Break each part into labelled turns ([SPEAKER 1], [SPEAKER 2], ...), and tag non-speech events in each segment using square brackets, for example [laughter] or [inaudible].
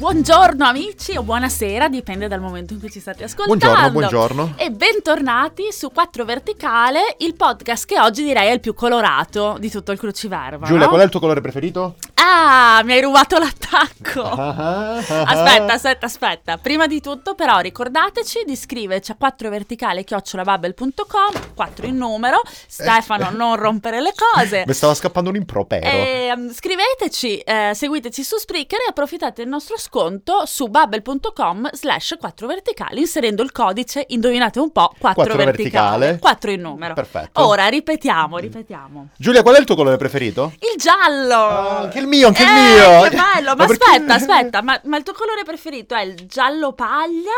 [SPEAKER 1] Buongiorno amici o buonasera, dipende dal momento in cui ci state ascoltando. Eh,
[SPEAKER 2] Buongiorno, buongiorno.
[SPEAKER 1] E bentornati su 4 Verticale, il podcast che oggi direi è il più colorato di tutto il cruciverba.
[SPEAKER 2] Giulia,
[SPEAKER 1] no?
[SPEAKER 2] qual è il tuo colore preferito? Ah,
[SPEAKER 1] Ah, mi hai rubato
[SPEAKER 2] [laughs]
[SPEAKER 1] l'attacco. Aspetta,
[SPEAKER 2] Aspetta,
[SPEAKER 1] Oh. aspetta, aspetta. Prima di tutto, però, ricordateci di scriverci a 4verticale-bubble.com, 4 in numero.
[SPEAKER 2] Eh.
[SPEAKER 1] Stefano, non rompere le
[SPEAKER 2] [laughs]
[SPEAKER 1] cose.
[SPEAKER 2] Mi stava scappando un impropero.
[SPEAKER 1] Ehm, scriveteci, eh, seguiteci su Spreaker e approfittate del nostro sconto su bubble.com slash 4 verticali inserendo il codice, indovinate un po', 4,
[SPEAKER 2] Quattro
[SPEAKER 1] verticale,
[SPEAKER 2] verticale.
[SPEAKER 1] 4 in numero.
[SPEAKER 2] Perfetto. Mm.
[SPEAKER 1] Ora ripetiamo, ripetiamo.
[SPEAKER 2] Giulia, qual è il tuo colore preferito?
[SPEAKER 1] Il giallo!
[SPEAKER 2] Ah, anche il mio, anche il
[SPEAKER 1] Eh,
[SPEAKER 2] mio!
[SPEAKER 1] Che bello, ma,
[SPEAKER 2] Ma perché-
[SPEAKER 1] aspetta, aspetta, ma, ma il tuo colore preferito è il giallo paglia,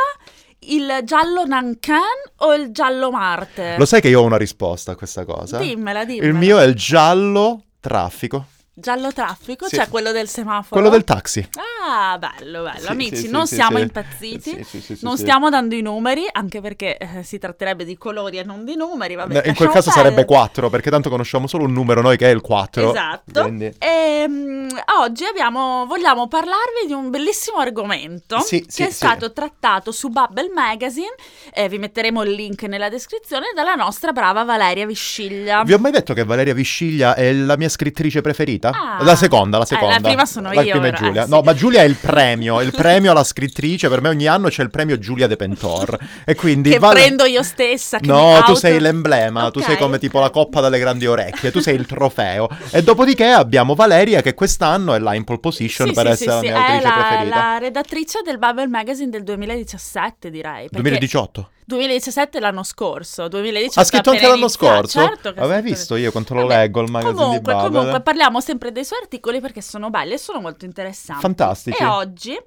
[SPEAKER 1] il giallo nancan o il giallo marte?
[SPEAKER 2] Lo sai che io ho una risposta a questa cosa?
[SPEAKER 1] Dimmela, dimmela.
[SPEAKER 2] Il mio è il giallo traffico,
[SPEAKER 1] Giallo traffico,
[SPEAKER 2] Sì.
[SPEAKER 1] cioè quello del semaforo?
[SPEAKER 2] quello del taxi.
[SPEAKER 1] Ah, bello, bello.
[SPEAKER 2] Sì,
[SPEAKER 1] Amici,
[SPEAKER 2] sì, sì,
[SPEAKER 1] non
[SPEAKER 2] sì,
[SPEAKER 1] siamo
[SPEAKER 2] sì.
[SPEAKER 1] impazziti,
[SPEAKER 2] Sì, sì, sì, sì,
[SPEAKER 1] non
[SPEAKER 2] sì.
[SPEAKER 1] stiamo dando i numeri, anche perché eh, si tratterebbe di colori e non di numeri. Vabbè,
[SPEAKER 2] In quel
[SPEAKER 1] lasciamo
[SPEAKER 2] caso
[SPEAKER 1] perdere.
[SPEAKER 2] sarebbe 4, perché tanto conosciamo solo un numero noi che è il 4.
[SPEAKER 1] Esatto.
[SPEAKER 2] Quindi-
[SPEAKER 1] Ehm, oggi abbiamo- vogliamo parlarvi di un bellissimo argomento
[SPEAKER 2] Sì,
[SPEAKER 1] che
[SPEAKER 2] sì,
[SPEAKER 1] è
[SPEAKER 2] sì.
[SPEAKER 1] stato trattato su Bubble Magazine. eh, vi metteremo il link nella descrizione dalla nostra brava Valeria Visciglia.
[SPEAKER 2] Vi ho mai detto che Valeria Visciglia è la mia scrittrice preferita?
[SPEAKER 1] Ah.
[SPEAKER 2] la seconda, la seconda.
[SPEAKER 1] Eh, la prima sono
[SPEAKER 2] La
[SPEAKER 1] io,
[SPEAKER 2] prima è
[SPEAKER 1] ora,
[SPEAKER 2] Giulia.
[SPEAKER 1] sì.
[SPEAKER 2] No, ma Giulia è il premio, il premio alla scrittrice. Per me ogni anno c'è il premio Giulia De Pentor. E quindi...
[SPEAKER 1] Che
[SPEAKER 2] Vale-
[SPEAKER 1] prendo io stessa. che mi
[SPEAKER 2] No, tu
[SPEAKER 1] auto-
[SPEAKER 2] sei l'emblema, tu
[SPEAKER 1] Ok,
[SPEAKER 2] sei come tipo
[SPEAKER 1] ok.
[SPEAKER 2] la coppa dalle grandi orecchie, tu sei il trofeo. E dopodiché abbiamo Valeria che quest'anno è là in pole position
[SPEAKER 1] Sì,
[SPEAKER 2] per
[SPEAKER 1] sì,
[SPEAKER 2] essere
[SPEAKER 1] sì,
[SPEAKER 2] la
[SPEAKER 1] sì,
[SPEAKER 2] mia
[SPEAKER 1] è
[SPEAKER 2] autrice
[SPEAKER 1] la-
[SPEAKER 2] preferita.
[SPEAKER 1] la redattrice del Bubble Magazine del 2017, direi. perché
[SPEAKER 2] 2018.
[SPEAKER 1] 2017 l'anno scorso, 2018
[SPEAKER 2] Ha scritto anche
[SPEAKER 1] appena
[SPEAKER 2] l'anno
[SPEAKER 1] iniziato,
[SPEAKER 2] scorso?
[SPEAKER 1] Certo che ha
[SPEAKER 2] Vabbè,
[SPEAKER 1] scritto-
[SPEAKER 2] visto io quanto lo
[SPEAKER 1] Vabbè,
[SPEAKER 2] leggo il magazine di
[SPEAKER 1] comunque,
[SPEAKER 2] Babel.
[SPEAKER 1] comunque parliamo sempre dei suoi articoli perché sono belli e sono molto interessanti.
[SPEAKER 2] Fantastici.
[SPEAKER 1] E oggi eh,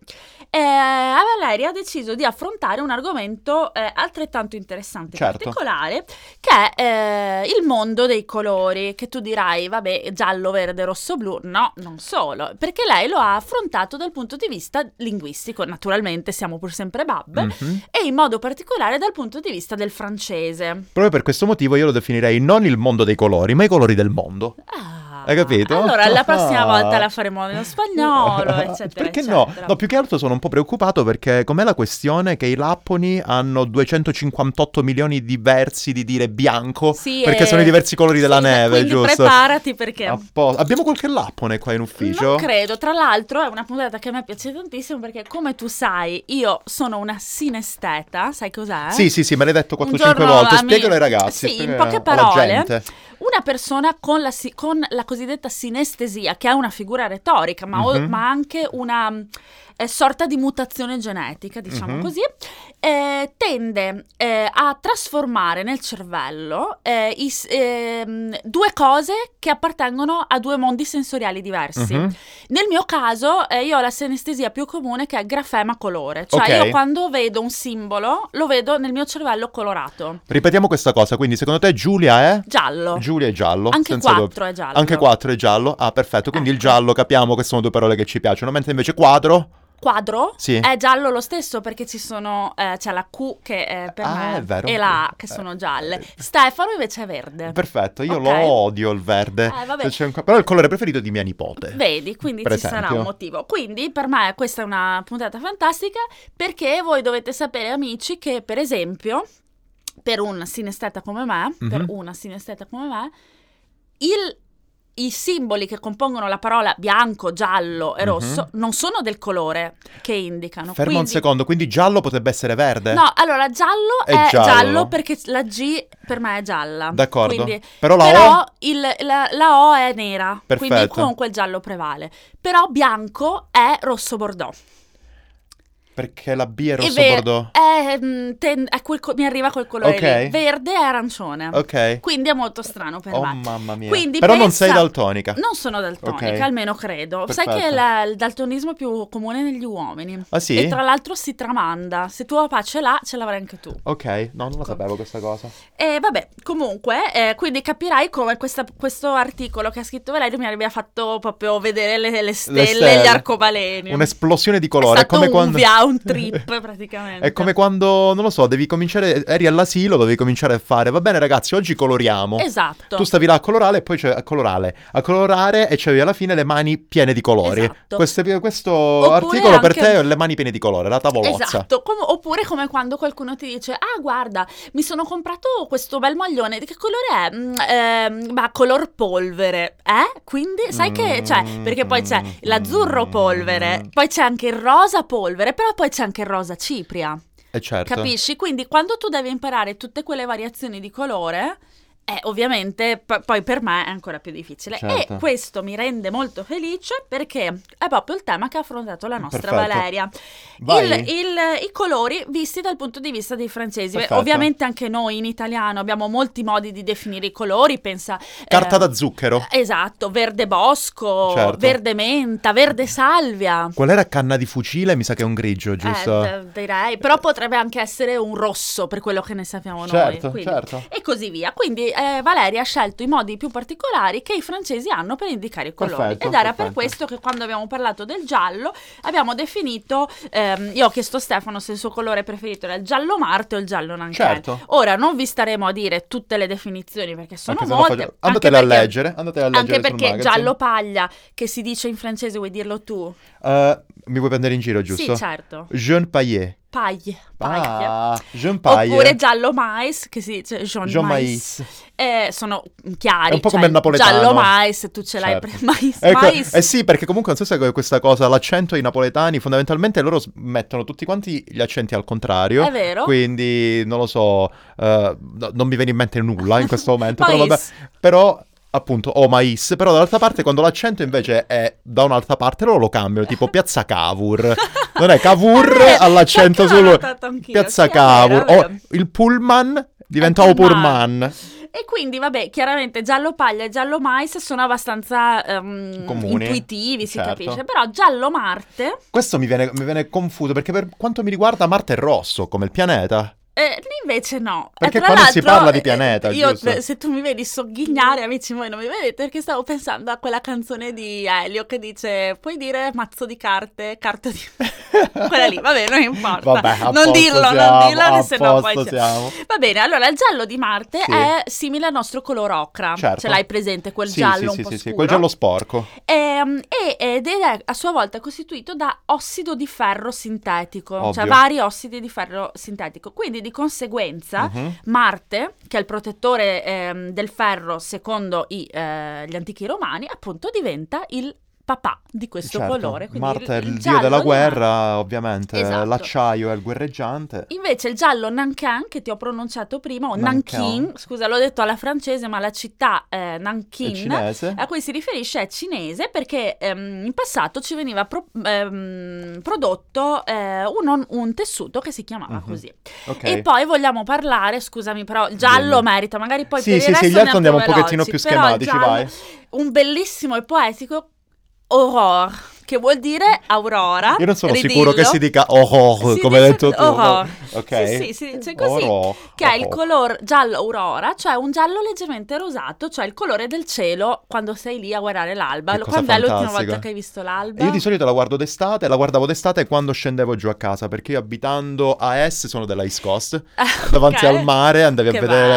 [SPEAKER 1] a Valeria ha deciso di affrontare un argomento eh, altrettanto interessante e
[SPEAKER 2] Certo.
[SPEAKER 1] particolare che è eh, il mondo dei colori, che tu dirai, vabbè, giallo, verde, rosso, blu. No, non solo, perché lei lo ha affrontato dal punto di vista linguistico, naturalmente siamo pur sempre babbe,
[SPEAKER 2] Mhm.
[SPEAKER 1] e in modo particolare dal punto di vista del francese.
[SPEAKER 2] Proprio per questo motivo io lo definirei non il mondo dei colori, ma i colori del mondo.
[SPEAKER 1] Ah,
[SPEAKER 2] Hai capito?
[SPEAKER 1] Allora, la prossima
[SPEAKER 2] Ah.
[SPEAKER 1] volta la faremo nello
[SPEAKER 2] [laughs]
[SPEAKER 1] spagnolo, eccetera.
[SPEAKER 2] Perché
[SPEAKER 1] eccetera.
[SPEAKER 2] no? No, più che altro sono un po' preoccupato perché com'è la questione che i lapponi hanno 258 milioni diversi di dire bianco?
[SPEAKER 1] Sì,
[SPEAKER 2] perché
[SPEAKER 1] eh,
[SPEAKER 2] sono i diversi colori della
[SPEAKER 1] sì,
[SPEAKER 2] neve,
[SPEAKER 1] quindi
[SPEAKER 2] giusto?
[SPEAKER 1] preparati perché...
[SPEAKER 2] A posto. Abbiamo qualche lappone qua in ufficio?
[SPEAKER 1] Non credo, tra l'altro è una puntata che a me piace tantissimo perché come tu sai io sono una sinesteta, sai cos'è?
[SPEAKER 2] Sì, sì, sì, me l'hai detto
[SPEAKER 1] eh. Un
[SPEAKER 2] 4-5
[SPEAKER 1] giorno
[SPEAKER 2] volte.
[SPEAKER 1] a me-
[SPEAKER 2] Spiegalo ai
[SPEAKER 1] Sì,
[SPEAKER 2] ragazzi.
[SPEAKER 1] in
[SPEAKER 2] spiegalo
[SPEAKER 1] poche
[SPEAKER 2] alla
[SPEAKER 1] parole.
[SPEAKER 2] gente.
[SPEAKER 1] Una persona con la, si- con la cosiddetta sinestesia, che è una figura retorica, ma, o-
[SPEAKER 2] Mhm.
[SPEAKER 1] ma anche una mh, eh, sorta di mutazione genetica, diciamo
[SPEAKER 2] Mhm.
[SPEAKER 1] così, eh, tende eh, a trasformare nel cervello eh, i s- ehm, due cose che appartengono a due mondi sensoriali diversi.
[SPEAKER 2] Mhm.
[SPEAKER 1] Nel mio caso, eh, io ho la sinestesia più comune che è grafema colore, cioè
[SPEAKER 2] Ok.
[SPEAKER 1] io quando vedo un simbolo lo vedo nel mio cervello colorato.
[SPEAKER 2] Ripetiamo questa cosa, quindi secondo te Giulia è?
[SPEAKER 1] Giallo.
[SPEAKER 2] Giulia è giallo.
[SPEAKER 1] Anche
[SPEAKER 2] senza dubbio.
[SPEAKER 1] 4 è giallo.
[SPEAKER 2] Anche 4 è giallo. Ah, perfetto. Quindi il
[SPEAKER 1] Ecco.
[SPEAKER 2] giallo capiamo che sono due parole che ci piacciono, mentre invece quadro
[SPEAKER 1] Quadro
[SPEAKER 2] Sì.
[SPEAKER 1] è giallo lo stesso perché ci sono, eh, c'è la Q che eh, per
[SPEAKER 2] Ah,
[SPEAKER 1] me
[SPEAKER 2] è vero.
[SPEAKER 1] e la A che
[SPEAKER 2] Eh,
[SPEAKER 1] sono gialle.
[SPEAKER 2] eh.
[SPEAKER 1] Stefano invece è verde.
[SPEAKER 2] Perfetto, io
[SPEAKER 1] Eh. Ok.
[SPEAKER 2] lo odio il verde.
[SPEAKER 1] Eh, vabbè.
[SPEAKER 2] Se c'è un co- Però è il colore preferito di mia nipote.
[SPEAKER 1] Vedi, quindi
[SPEAKER 2] Per
[SPEAKER 1] ci sarà
[SPEAKER 2] esempio.
[SPEAKER 1] un motivo. Quindi per me questa è una puntata fantastica perché voi dovete sapere amici che per esempio per un sinesteta come me,
[SPEAKER 2] Mhm.
[SPEAKER 1] per una sinesteta come me, il- i simboli che compongono la parola bianco, giallo e
[SPEAKER 2] Mhm.
[SPEAKER 1] rosso non sono del colore che indicano.
[SPEAKER 2] Fermo un
[SPEAKER 1] quindi
[SPEAKER 2] secondo, quindi giallo potrebbe essere verde?
[SPEAKER 1] No, allora giallo
[SPEAKER 2] È
[SPEAKER 1] è, giallo.
[SPEAKER 2] giallo.
[SPEAKER 1] perché la G per me è gialla.
[SPEAKER 2] D'accordo.
[SPEAKER 1] Quindi-
[SPEAKER 2] Però la
[SPEAKER 1] però
[SPEAKER 2] O?
[SPEAKER 1] il- la, la O è nera, quindi
[SPEAKER 2] Perfetto.
[SPEAKER 1] comunque il giallo prevale. Però bianco è rosso bordeaux.
[SPEAKER 2] Perché la B è rosso
[SPEAKER 1] ver-
[SPEAKER 2] bordeaux.
[SPEAKER 1] è, mm, ten- è quel co- mi arriva quel colore
[SPEAKER 2] Ok.
[SPEAKER 1] lì. Verde e arancione.
[SPEAKER 2] Ok.
[SPEAKER 1] Quindi è molto strano per
[SPEAKER 2] Oh
[SPEAKER 1] me.
[SPEAKER 2] mamma mia.
[SPEAKER 1] Quindi
[SPEAKER 2] Però non
[SPEAKER 1] pensa-
[SPEAKER 2] sei daltonica.
[SPEAKER 1] Non sono daltonica,
[SPEAKER 2] Ok.
[SPEAKER 1] almeno credo. Sai
[SPEAKER 2] Perfetto.
[SPEAKER 1] che la- il daltonismo è più comune negli uomini.
[SPEAKER 2] Ah sì?
[SPEAKER 1] E tra l'altro si tramanda. Se tua papà ce l'ha, ce l'avrai anche tu.
[SPEAKER 2] Ok, no, non lo sapevo questa cosa.
[SPEAKER 1] E vabbè, comunque, eh, quindi capirai come questa- questo articolo che ha scritto Valerio mi abbia fatto proprio vedere le, le stelle,
[SPEAKER 2] stelle.
[SPEAKER 1] gli arcobaleni.
[SPEAKER 2] Un'esplosione di
[SPEAKER 1] È
[SPEAKER 2] colore.
[SPEAKER 1] stato
[SPEAKER 2] come
[SPEAKER 1] un
[SPEAKER 2] quando...
[SPEAKER 1] via- round
[SPEAKER 2] [laughs]
[SPEAKER 1] trip praticamente.
[SPEAKER 2] È come quando, non lo so, devi cominciare, eri all'asilo, dovevi cominciare a fare, va bene ragazzi, oggi coloriamo.
[SPEAKER 1] Esatto.
[SPEAKER 2] Tu stavi là a colorare e poi c'è a colorare, a colorare e c'avevi alla fine le mani piene di colori.
[SPEAKER 1] Esatto.
[SPEAKER 2] Queste- questo
[SPEAKER 1] Oppure
[SPEAKER 2] articolo per
[SPEAKER 1] anche-
[SPEAKER 2] te è le mani piene di colore, la tavolozza.
[SPEAKER 1] Esatto, com- oppure come quando qualcuno ti dice Ah guarda, mi sono comprato questo bel maglione, di che colore è? "Mm, ehm, ma color polvere, eh? Quindi sai
[SPEAKER 2] Mm.
[SPEAKER 1] che, cioè, perché poi c'è l'azzurro polvere, poi c'è anche il rosa polvere, però poi c'è anche il rosa cipria,
[SPEAKER 2] Eh, certo.
[SPEAKER 1] capisci? Quindi quando tu devi imparare tutte quelle variazioni di colore... eh, ovviamente p- poi per me è ancora più difficile
[SPEAKER 2] Certo.
[SPEAKER 1] e questo mi rende molto felice perché è proprio il tema che ha affrontato la nostra
[SPEAKER 2] Perfetto.
[SPEAKER 1] Valeria.
[SPEAKER 2] Vai.
[SPEAKER 1] Il- il- I colori visti dal punto di vista dei francesi. Beh,
[SPEAKER 2] Perfetto.
[SPEAKER 1] Ovviamente anche noi in italiano abbiamo molti modi di definire i colori, pensa...
[SPEAKER 2] Carta
[SPEAKER 1] eh,
[SPEAKER 2] da zucchero.
[SPEAKER 1] Esatto, verde bosco,
[SPEAKER 2] Certo.
[SPEAKER 1] verde menta, verde salvia.
[SPEAKER 2] Qual era canna di fucile? Mi sa che è un grigio, giusto?
[SPEAKER 1] Eh, d- direi, però potrebbe anche essere un rosso per quello che ne sappiamo
[SPEAKER 2] certo,
[SPEAKER 1] noi. quindi-
[SPEAKER 2] certo.
[SPEAKER 1] E così via. Quindi eh, Valeria ha scelto i modi più particolari che i francesi hanno per indicare i colori.
[SPEAKER 2] Perfetto,
[SPEAKER 1] Ed era per
[SPEAKER 2] perfetto.
[SPEAKER 1] questo che quando abbiamo parlato del giallo abbiamo definito, ehm, io ho chiesto a Stefano se il suo colore preferito era il giallo Marte o il giallo Nankin.
[SPEAKER 2] Certo.
[SPEAKER 1] Ora non vi staremo a dire tutte le definizioni perché sono
[SPEAKER 2] Anche se non
[SPEAKER 1] molte.
[SPEAKER 2] faccio-
[SPEAKER 1] anche
[SPEAKER 2] Andatele a
[SPEAKER 1] perché-
[SPEAKER 2] leggere. Andatele a leggere
[SPEAKER 1] Anche
[SPEAKER 2] sul
[SPEAKER 1] perché
[SPEAKER 2] magazine.
[SPEAKER 1] giallo paglia, che si dice in francese, vuoi dirlo tu?
[SPEAKER 2] Eh, mi vuoi prendere in giro, giusto?
[SPEAKER 1] Sì, certo.
[SPEAKER 2] Jean Paillet.
[SPEAKER 1] Paglie. paglie.
[SPEAKER 2] Ah, Jean Paillet.
[SPEAKER 1] Oppure giallo mais, che si dice Jean,
[SPEAKER 2] Jean
[SPEAKER 1] mais. Eh, sono chiari.
[SPEAKER 2] È un po'
[SPEAKER 1] cioè,
[SPEAKER 2] come il napoletano.
[SPEAKER 1] Giallo mais, tu ce l'hai.
[SPEAKER 2] Certo.
[SPEAKER 1] pre- [laughs] mais,
[SPEAKER 2] Ecco,
[SPEAKER 1] mais.
[SPEAKER 2] eh sì, perché comunque non so se è questa cosa, l'accento ai napoletani, fondamentalmente loro s- mettono tutti quanti gli accenti al contrario.
[SPEAKER 1] È vero.
[SPEAKER 2] Quindi non lo so, eh, no- non mi viene in mente nulla in
[SPEAKER 1] [laughs]
[SPEAKER 2] questo momento. però,
[SPEAKER 1] Mais.
[SPEAKER 2] vabbè, però appunto, o mais, però dall'altra parte quando l'accento invece è da un'altra parte loro lo cambiano, tipo piazza Cavour. Eh,
[SPEAKER 1] [laughs]
[SPEAKER 2] Non è Cavour
[SPEAKER 1] Eh,
[SPEAKER 2] all'accento
[SPEAKER 1] perché l'ho
[SPEAKER 2] sul
[SPEAKER 1] notato anch'io,
[SPEAKER 2] piazza Oh.
[SPEAKER 1] sì, è
[SPEAKER 2] Cavour.
[SPEAKER 1] vero, è
[SPEAKER 2] O
[SPEAKER 1] vero.
[SPEAKER 2] il pullman diventa o
[SPEAKER 1] pullman.
[SPEAKER 2] pullman.
[SPEAKER 1] E quindi, vabbè, chiaramente giallo paglia e giallo mais sono abbastanza ehm,
[SPEAKER 2] Comuni,
[SPEAKER 1] intuitivi, si
[SPEAKER 2] certo.
[SPEAKER 1] capisce. Però giallo Marte,
[SPEAKER 2] Questo mi viene, mi viene confuso perché per quanto mi riguarda Marte è rosso come il pianeta.
[SPEAKER 1] eh, invece no. E
[SPEAKER 2] Perché
[SPEAKER 1] tra
[SPEAKER 2] quando si
[SPEAKER 1] l'altro,
[SPEAKER 2] parla di
[SPEAKER 1] eh,
[SPEAKER 2] pianeta,
[SPEAKER 1] Io,
[SPEAKER 2] giusto?
[SPEAKER 1] eh, se tu mi vedi sogghignare, amici, voi non mi vedete, perché stavo pensando a quella canzone di Elio che dice, puoi dire mazzo di carte, carta di... [laughs] [laughs] quella lì, vabbè, non importa.
[SPEAKER 2] Vabbè, a
[SPEAKER 1] non
[SPEAKER 2] posto
[SPEAKER 1] dirlo,
[SPEAKER 2] siamo,
[SPEAKER 1] non dirlo,
[SPEAKER 2] a
[SPEAKER 1] che se no poi...
[SPEAKER 2] posto
[SPEAKER 1] c'è-
[SPEAKER 2] siamo.
[SPEAKER 1] Va bene, allora il giallo di Marte
[SPEAKER 2] Sì.
[SPEAKER 1] è simile al nostro colore ocra.
[SPEAKER 2] Certo.
[SPEAKER 1] Ce l'hai presente quel
[SPEAKER 2] Sì,
[SPEAKER 1] giallo
[SPEAKER 2] sì,
[SPEAKER 1] un po'
[SPEAKER 2] sì, sì, sì,
[SPEAKER 1] scuro?
[SPEAKER 2] quel giallo sporco.
[SPEAKER 1] Ehm, e- ed è a sua volta costituito da ossido di ferro sintetico, cioè
[SPEAKER 2] Ovvio.
[SPEAKER 1] vari ossidi di ferro sintetico. Quindi di conseguenza
[SPEAKER 2] Mhm.
[SPEAKER 1] Marte, che è il protettore ehm, del ferro secondo i, eh, gli antichi romani, appunto diventa il papà di questo
[SPEAKER 2] Certo.
[SPEAKER 1] colore. Quindi
[SPEAKER 2] Marte è il, dio
[SPEAKER 1] giallo
[SPEAKER 2] della
[SPEAKER 1] di
[SPEAKER 2] guerra,
[SPEAKER 1] Marte.
[SPEAKER 2] ovviamente.
[SPEAKER 1] Esatto.
[SPEAKER 2] L'acciaio è il guerreggiante.
[SPEAKER 1] Invece il giallo Nankin che ti ho pronunciato prima, o
[SPEAKER 2] Nankin.
[SPEAKER 1] Nankin, scusa l'ho detto alla francese ma la città eh,
[SPEAKER 2] Il
[SPEAKER 1] Nankin
[SPEAKER 2] cinese.
[SPEAKER 1] a cui si riferisce è cinese perché ehm, in passato ci veniva pro- ehm, prodotto eh, un, un tessuto che si chiamava
[SPEAKER 2] Mhm.
[SPEAKER 1] così.
[SPEAKER 2] Ok.
[SPEAKER 1] E poi vogliamo parlare, scusami però, il giallo
[SPEAKER 2] Dimmi.
[SPEAKER 1] merita, magari poi
[SPEAKER 2] sì,
[SPEAKER 1] per
[SPEAKER 2] sì,
[SPEAKER 1] il
[SPEAKER 2] sì,
[SPEAKER 1] resto
[SPEAKER 2] gli
[SPEAKER 1] ne
[SPEAKER 2] altri andiamo un
[SPEAKER 1] veloci,
[SPEAKER 2] pochettino più
[SPEAKER 1] però il
[SPEAKER 2] schematici,
[SPEAKER 1] giallo-
[SPEAKER 2] vai.
[SPEAKER 1] Un bellissimo e poetico horror, che vuol dire aurora.
[SPEAKER 2] Io non sono
[SPEAKER 1] Ah, ridillo.
[SPEAKER 2] sicuro che si dica horror,
[SPEAKER 1] Si
[SPEAKER 2] come hai
[SPEAKER 1] dice
[SPEAKER 2] detto tu.
[SPEAKER 1] horror.
[SPEAKER 2] Ok. Oh,
[SPEAKER 1] Sì, sì, si dice così.
[SPEAKER 2] Horror,
[SPEAKER 1] Che è il
[SPEAKER 2] horror.
[SPEAKER 1] color giallo aurora, cioè un giallo leggermente rosato, cioè il colore del cielo quando sei lì a guardare l'alba.
[SPEAKER 2] Che cosa
[SPEAKER 1] quando è l'ultima
[SPEAKER 2] fantastica.
[SPEAKER 1] volta che hai visto l'alba? [laughs]
[SPEAKER 2] E Io di solito la guardo d'estate, la guardavo d'estate quando scendevo giù a casa, perché io abitando a est sono della East Coast,
[SPEAKER 1] Ah,
[SPEAKER 2] davanti
[SPEAKER 1] ok.
[SPEAKER 2] al mare, andavi a
[SPEAKER 1] Che
[SPEAKER 2] vedere,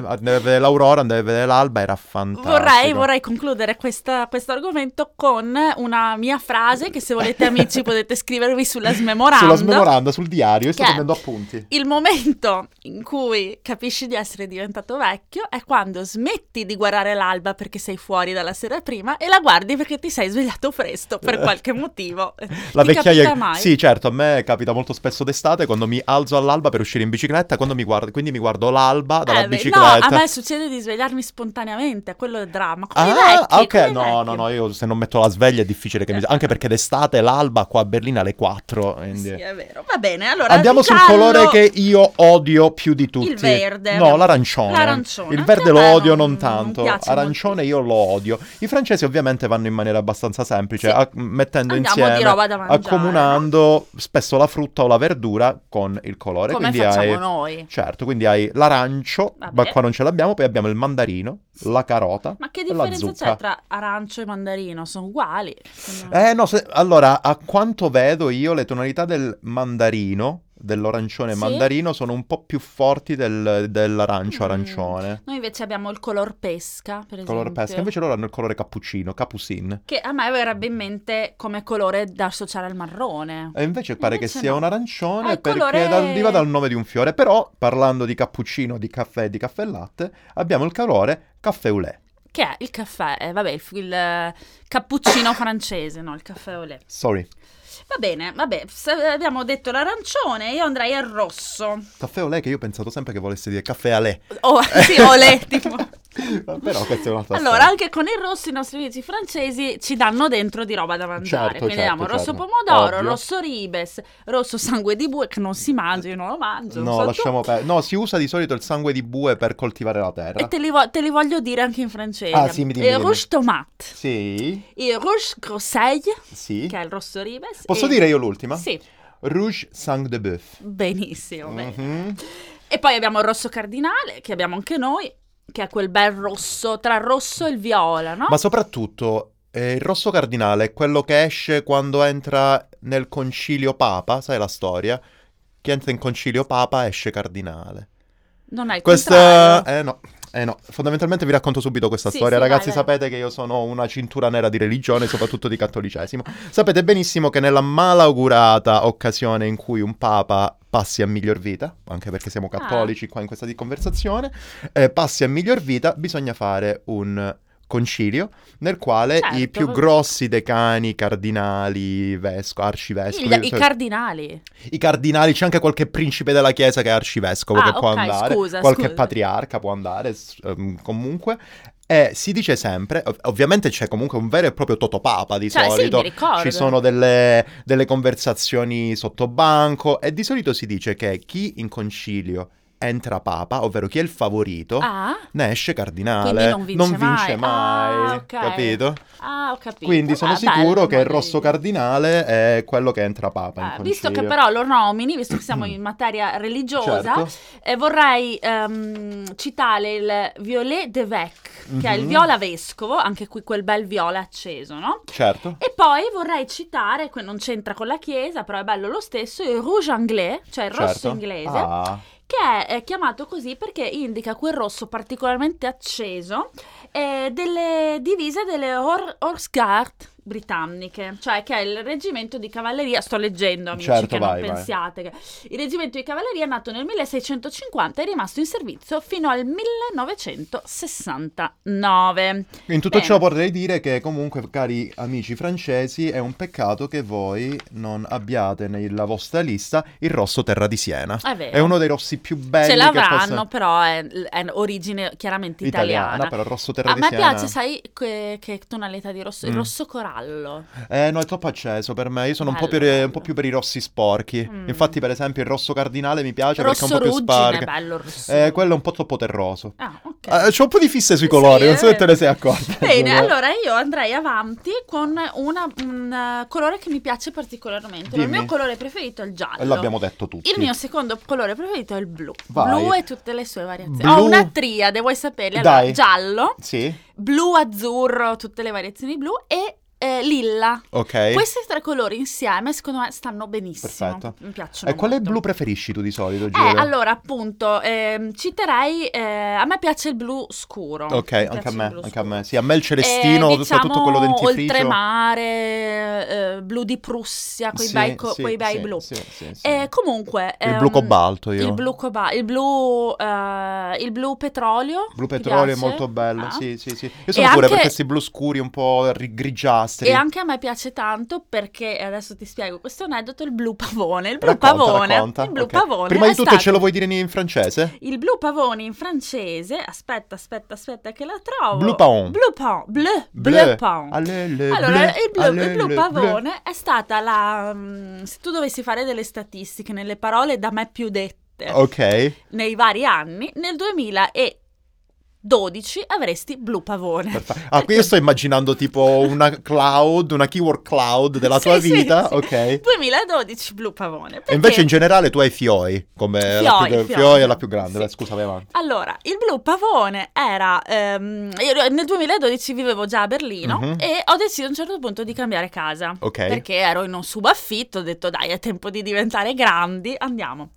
[SPEAKER 1] bello.
[SPEAKER 2] andavi a vedere l'aurora, andavi a vedere l'alba, era fantastico.
[SPEAKER 1] Vorrei, vorrei concludere questa- questo argomento con una mia frase che se volete amici potete scrivervi
[SPEAKER 2] [laughs]
[SPEAKER 1] sulla smemoranda.
[SPEAKER 2] Sulla smemoranda, sul diario, io sto
[SPEAKER 1] Che è?
[SPEAKER 2] prendendo appunti.
[SPEAKER 1] Il momento in cui capisci di essere diventato vecchio è quando smetti di guardare l'alba perché sei fuori dalla sera prima e la guardi perché ti sei svegliato presto per qualche
[SPEAKER 2] [laughs]
[SPEAKER 1] motivo.
[SPEAKER 2] La
[SPEAKER 1] Ti
[SPEAKER 2] vecchiaia.
[SPEAKER 1] capita mai?
[SPEAKER 2] Sì, certo, a me capita molto spesso d'estate quando mi alzo all'alba per uscire in bicicletta, quando mi guardo, quindi mi guardo l'alba dalla
[SPEAKER 1] Eh, beh,
[SPEAKER 2] bicicletta.
[SPEAKER 1] No, a me succede di svegliarmi spontaneamente, quello è il dramma. Come i
[SPEAKER 2] Ah,
[SPEAKER 1] vecchi,
[SPEAKER 2] ok.
[SPEAKER 1] come i
[SPEAKER 2] No,
[SPEAKER 1] vecchi.
[SPEAKER 2] no, no, io se non metto la sveglia è difficile che mi. Anche perché d'estate l'alba qua a Berlino alle 4. quindi-
[SPEAKER 1] Sì, è vero. Va bene, allora
[SPEAKER 2] Andiamo sul
[SPEAKER 1] giallo-
[SPEAKER 2] colore che io odio più di tutti.
[SPEAKER 1] Il verde.
[SPEAKER 2] No, l'arancione.
[SPEAKER 1] L'arancione.
[SPEAKER 2] Il
[SPEAKER 1] Anche
[SPEAKER 2] verde
[SPEAKER 1] a
[SPEAKER 2] lo
[SPEAKER 1] me
[SPEAKER 2] odio
[SPEAKER 1] non-
[SPEAKER 2] non,
[SPEAKER 1] non
[SPEAKER 2] tanto.
[SPEAKER 1] piace
[SPEAKER 2] Arancione io lo odio. I francesi ovviamente vanno in maniera abbastanza semplice,
[SPEAKER 1] Sì.
[SPEAKER 2] a- mettendo
[SPEAKER 1] Andiamo
[SPEAKER 2] insieme,
[SPEAKER 1] di roba da mangiare.
[SPEAKER 2] accomunando spesso la frutta o la verdura con il colore.
[SPEAKER 1] Come
[SPEAKER 2] quindi
[SPEAKER 1] facciamo
[SPEAKER 2] hai...
[SPEAKER 1] noi?
[SPEAKER 2] Certo, quindi hai l'arancio,
[SPEAKER 1] Vabbè.
[SPEAKER 2] ma qua non ce l'abbiamo, poi abbiamo il mandarino, la carota
[SPEAKER 1] Ma che
[SPEAKER 2] e la
[SPEAKER 1] differenza
[SPEAKER 2] zucca.
[SPEAKER 1] c'è tra arancio e mandarino? Sono uguali. Sono-
[SPEAKER 2] Eh no, se- allora, a quanto vedo io, le tonalità del mandarino, dell'arancione
[SPEAKER 1] Sì.
[SPEAKER 2] mandarino, sono un po' più forti del- dell'arancio
[SPEAKER 1] Mm.
[SPEAKER 2] arancione.
[SPEAKER 1] Noi invece abbiamo il color pesca, per esempio.
[SPEAKER 2] Colore pesca, invece loro hanno il colore cappuccino, capucin.
[SPEAKER 1] Che a me verrebbe in mente come colore da associare al marrone.
[SPEAKER 2] E invece pare
[SPEAKER 1] Invece
[SPEAKER 2] che sia
[SPEAKER 1] no.
[SPEAKER 2] un arancione
[SPEAKER 1] Ah, il
[SPEAKER 2] perché
[SPEAKER 1] colore-
[SPEAKER 2] dal- deriva dal nome di un fiore. Però, parlando di cappuccino, di caffè e di caffè latte, abbiamo il colore caffè au lait.
[SPEAKER 1] Che è il caffè, eh, vabbè, il, il, eh,
[SPEAKER 2] [coughs]
[SPEAKER 1] cappuccino francese, no? Il caffè au lait.
[SPEAKER 2] Sorry,
[SPEAKER 1] Va bene, vabbè, se abbiamo detto l'arancione, io andrei al rosso.
[SPEAKER 2] [laughs] caffè au lait che io ho pensato sempre che volesse dire caffè au lait.
[SPEAKER 1] O [laughs] sì, au lait,
[SPEAKER 2] [laughs]
[SPEAKER 1] tipo.
[SPEAKER 2] Però questa è un'altra
[SPEAKER 1] Allora,
[SPEAKER 2] storia.
[SPEAKER 1] anche con il rosso i nostri amici francesi ci danno dentro di roba da mangiare.
[SPEAKER 2] Certo,
[SPEAKER 1] Quindi
[SPEAKER 2] certo,
[SPEAKER 1] abbiamo rosso
[SPEAKER 2] certo.
[SPEAKER 1] pomodoro,
[SPEAKER 2] Ovvio.
[SPEAKER 1] rosso ribes, rosso sangue di bue che non si mangia, io non lo mangio. non
[SPEAKER 2] No,
[SPEAKER 1] so
[SPEAKER 2] lasciamo
[SPEAKER 1] tu.
[SPEAKER 2] perdere. No, si usa di solito il sangue di bue per coltivare la terra.
[SPEAKER 1] E te li, vo- te li voglio dire anche in francese.
[SPEAKER 2] Ah, sì, mi dimmi,
[SPEAKER 1] Il
[SPEAKER 2] dimmi.
[SPEAKER 1] rouge tomate,
[SPEAKER 2] Sì,
[SPEAKER 1] il rouge groseille,
[SPEAKER 2] sì.
[SPEAKER 1] che è il rosso ribes.
[SPEAKER 2] Posso
[SPEAKER 1] e-
[SPEAKER 2] dire io l'ultima?
[SPEAKER 1] Sì,
[SPEAKER 2] Rouge sang de bœuf.
[SPEAKER 1] benissimo. bene.
[SPEAKER 2] Mhm.
[SPEAKER 1] E poi abbiamo il rosso cardinale, che abbiamo anche noi, che è quel bel rosso, tra il rosso e il viola, no?
[SPEAKER 2] Ma soprattutto eh, il rosso cardinale è quello che esce quando entra nel concilio papa, sai la storia? Chi entra in concilio papa esce cardinale.
[SPEAKER 1] Non è il
[SPEAKER 2] Questa...
[SPEAKER 1] contrario.
[SPEAKER 2] Eh no. Eh no, fondamentalmente vi racconto subito questa
[SPEAKER 1] Sì,
[SPEAKER 2] storia.
[SPEAKER 1] sì, vai,
[SPEAKER 2] Ragazzi,
[SPEAKER 1] vai.
[SPEAKER 2] sapete che io sono una cintura nera di religione, soprattutto di cattolicesimo. Sapete benissimo che nella malaugurata occasione in cui un papa passi a miglior vita, anche perché siamo
[SPEAKER 1] Ah.
[SPEAKER 2] cattolici qua in questa di- conversazione, eh, passi a miglior vita, bisogna fare un concilio nel quale
[SPEAKER 1] Certo,
[SPEAKER 2] i più
[SPEAKER 1] vabbè.
[SPEAKER 2] grossi decani, cardinali, vesco- arcivescovi, cioè,
[SPEAKER 1] Il- I cardinali.
[SPEAKER 2] i cardinali, c'è anche qualche principe della chiesa che è arcivescovo
[SPEAKER 1] Ah,
[SPEAKER 2] che può
[SPEAKER 1] ok,
[SPEAKER 2] andare,
[SPEAKER 1] scusa,
[SPEAKER 2] qualche
[SPEAKER 1] scusa.
[SPEAKER 2] patriarca può andare, s- ehm, comunque. E si dice sempre, ov- ovviamente c'è comunque un vero e proprio totopapa di
[SPEAKER 1] Cioè, sì,
[SPEAKER 2] solito,
[SPEAKER 1] mi ricordo.
[SPEAKER 2] ci sono delle, delle conversazioni sotto banco e di solito si dice che chi in concilio entra papa, ovvero chi è il favorito,
[SPEAKER 1] Ah,
[SPEAKER 2] ne esce cardinale,
[SPEAKER 1] Quindi non vince
[SPEAKER 2] vince
[SPEAKER 1] mai.
[SPEAKER 2] mai,
[SPEAKER 1] Ah, ok.
[SPEAKER 2] capito?
[SPEAKER 1] ah, ho capito.
[SPEAKER 2] Quindi sono
[SPEAKER 1] Ah, bello,
[SPEAKER 2] sicuro che il
[SPEAKER 1] magari.
[SPEAKER 2] rosso cardinale è quello che entra papa in
[SPEAKER 1] Ah,
[SPEAKER 2] concilio.
[SPEAKER 1] visto che però lo nomini, visto che
[SPEAKER 2] [clears throat]
[SPEAKER 1] siamo in materia religiosa,
[SPEAKER 2] Certo.
[SPEAKER 1] eh, vorrei ehm, citare il Violet de Vec, che è il
[SPEAKER 2] Mhm.
[SPEAKER 1] viola vescovo, anche qui quel bel viola acceso, no?
[SPEAKER 2] Certo.
[SPEAKER 1] E poi vorrei citare, que- non c'entra con la chiesa, però è bello lo stesso, il rouge anglais, cioè il rosso
[SPEAKER 2] Certo.
[SPEAKER 1] inglese,
[SPEAKER 2] Ah,
[SPEAKER 1] che è eh, chiamato così perché indica quel rosso particolarmente acceso eh, delle divise delle Hor- Horse Guard britanniche, cioè che è il reggimento di cavalleria, sto leggendo amici
[SPEAKER 2] Certo,
[SPEAKER 1] che non
[SPEAKER 2] vai, vai.
[SPEAKER 1] pensiate, che- il reggimento di cavalleria è nato nel 1650 e è rimasto in servizio fino al 1969.
[SPEAKER 2] in tutto
[SPEAKER 1] Bene.
[SPEAKER 2] ciò vorrei dire che comunque, cari amici francesi, è un peccato che voi non abbiate nella vostra lista il rosso terra di Siena.
[SPEAKER 1] È vero.
[SPEAKER 2] È uno dei rossi più belli
[SPEAKER 1] Ah, Ce l'avranno,
[SPEAKER 2] che possa...
[SPEAKER 1] però è, è origine chiaramente italiana.
[SPEAKER 2] però il rosso terra
[SPEAKER 1] A
[SPEAKER 2] di
[SPEAKER 1] me
[SPEAKER 2] Siena.
[SPEAKER 1] piace, sai que- che tonalità di rosso? Il
[SPEAKER 2] Mm.
[SPEAKER 1] rosso corallo.
[SPEAKER 2] Eh no, è troppo acceso per me. Io sono un, po
[SPEAKER 1] Bello,
[SPEAKER 2] per- un
[SPEAKER 1] bello.
[SPEAKER 2] po' più per i rossi sporchi.
[SPEAKER 1] Mm.
[SPEAKER 2] Infatti, per esempio, il rosso cardinale mi piace
[SPEAKER 1] rosso
[SPEAKER 2] perché è un po' più
[SPEAKER 1] ruggine,
[SPEAKER 2] spark.
[SPEAKER 1] è bello il rosso.
[SPEAKER 2] Eh, quello è un po' troppo terroso.
[SPEAKER 1] Ah, ok.
[SPEAKER 2] Eh, c'ho un po' di fisse sui colori,
[SPEAKER 1] Sì,
[SPEAKER 2] non so se
[SPEAKER 1] eh.
[SPEAKER 2] te ne sei accorta.
[SPEAKER 1] Bene, allora io andrei avanti con una- un eh, colore che mi piace particolarmente. Il
[SPEAKER 2] Dimmi.
[SPEAKER 1] mio colore preferito è il giallo.
[SPEAKER 2] E L'abbiamo detto tutti.
[SPEAKER 1] Il mio secondo colore preferito è il blu.
[SPEAKER 2] Vai.
[SPEAKER 1] Blu e tutte le sue variazioni.
[SPEAKER 2] Blu.
[SPEAKER 1] Ho una triade, vuoi saperle? Allora,
[SPEAKER 2] Dai.
[SPEAKER 1] giallo,
[SPEAKER 2] Sì,
[SPEAKER 1] blu, azzurro, tutte le variazioni blu e eh, lilla.
[SPEAKER 2] ok.
[SPEAKER 1] Questi tre colori insieme, secondo me, stanno benissimo.
[SPEAKER 2] Perfetto.
[SPEAKER 1] Mi piacciono.
[SPEAKER 2] E quale
[SPEAKER 1] molto.
[SPEAKER 2] blu preferisci tu di solito, Giro?
[SPEAKER 1] Eh, allora, appunto, ehm, citerei. eh, a me piace il blu scuro.
[SPEAKER 2] Ok,
[SPEAKER 1] Mi
[SPEAKER 2] anche
[SPEAKER 1] piace
[SPEAKER 2] a
[SPEAKER 1] il
[SPEAKER 2] me,
[SPEAKER 1] blu
[SPEAKER 2] anche a
[SPEAKER 1] scuro.
[SPEAKER 2] me. Sì, a me il
[SPEAKER 1] Eh,
[SPEAKER 2] celestino,
[SPEAKER 1] diciamo,
[SPEAKER 2] soprattutto quello dentifricio.
[SPEAKER 1] oltremare, eh, blu di Prussia, quei
[SPEAKER 2] Sì,
[SPEAKER 1] bei, co-
[SPEAKER 2] sì,
[SPEAKER 1] quei bei
[SPEAKER 2] sì,
[SPEAKER 1] blu.
[SPEAKER 2] sì, sì, sì.
[SPEAKER 1] Eh, comunque,
[SPEAKER 2] il
[SPEAKER 1] ehm,
[SPEAKER 2] blu cobalto io.
[SPEAKER 1] Il blu, coba- il blu, eh, il blu petrolio.
[SPEAKER 2] Blu
[SPEAKER 1] ti
[SPEAKER 2] petrolio è
[SPEAKER 1] piace?
[SPEAKER 2] molto bello,
[SPEAKER 1] Ah.
[SPEAKER 2] sì, sì, sì. Io sono pure
[SPEAKER 1] anche-
[SPEAKER 2] per questi blu scuri un po' ri- grigiastri.
[SPEAKER 1] E anche a me piace tanto perché adesso ti spiego questo aneddoto: il blu pavone. Il blu
[SPEAKER 2] Racconta,
[SPEAKER 1] pavone.
[SPEAKER 2] racconta,
[SPEAKER 1] il blu
[SPEAKER 2] ok.
[SPEAKER 1] pavone
[SPEAKER 2] Prima
[SPEAKER 1] è
[SPEAKER 2] di tutto
[SPEAKER 1] stato-
[SPEAKER 2] ce lo vuoi dire in- in francese?
[SPEAKER 1] Il blu pavone in francese, aspetta, aspetta, aspetta che la trovo.
[SPEAKER 2] Bleu paon.
[SPEAKER 1] Bleu paon, bleu,
[SPEAKER 2] Bleu.
[SPEAKER 1] bleu paon.
[SPEAKER 2] Allez, le
[SPEAKER 1] Allora,
[SPEAKER 2] bleu,
[SPEAKER 1] il blu,
[SPEAKER 2] allez,
[SPEAKER 1] il blu
[SPEAKER 2] le bleu.
[SPEAKER 1] pavone è stata la... mm, se tu dovessi fare delle statistiche nelle parole da me più dette
[SPEAKER 2] Ok.
[SPEAKER 1] nei vari anni, nel 2003 12 avresti blu pavone.
[SPEAKER 2] Per fa- Ah, qui io sto immaginando tipo una cloud, una keyword cloud della tua
[SPEAKER 1] [laughs] Sì, sì,
[SPEAKER 2] vita,
[SPEAKER 1] sì.
[SPEAKER 2] ok? E
[SPEAKER 1] 2012 blu pavone. Perché...
[SPEAKER 2] invece in generale tu hai fioi, come la
[SPEAKER 1] Fioi,
[SPEAKER 2] più,
[SPEAKER 1] fioi.
[SPEAKER 2] Fioi è la più grande,
[SPEAKER 1] Sì.
[SPEAKER 2] dai, scusa, vai avanti.
[SPEAKER 1] Allora, il blu pavone era... ehm, io nel 2012 vivevo già a Berlino
[SPEAKER 2] Mhm.
[SPEAKER 1] e ho deciso a un certo punto di cambiare casa.
[SPEAKER 2] Ok.
[SPEAKER 1] Perché ero in un subaffitto, ho detto dai è tempo di diventare grandi, andiamo.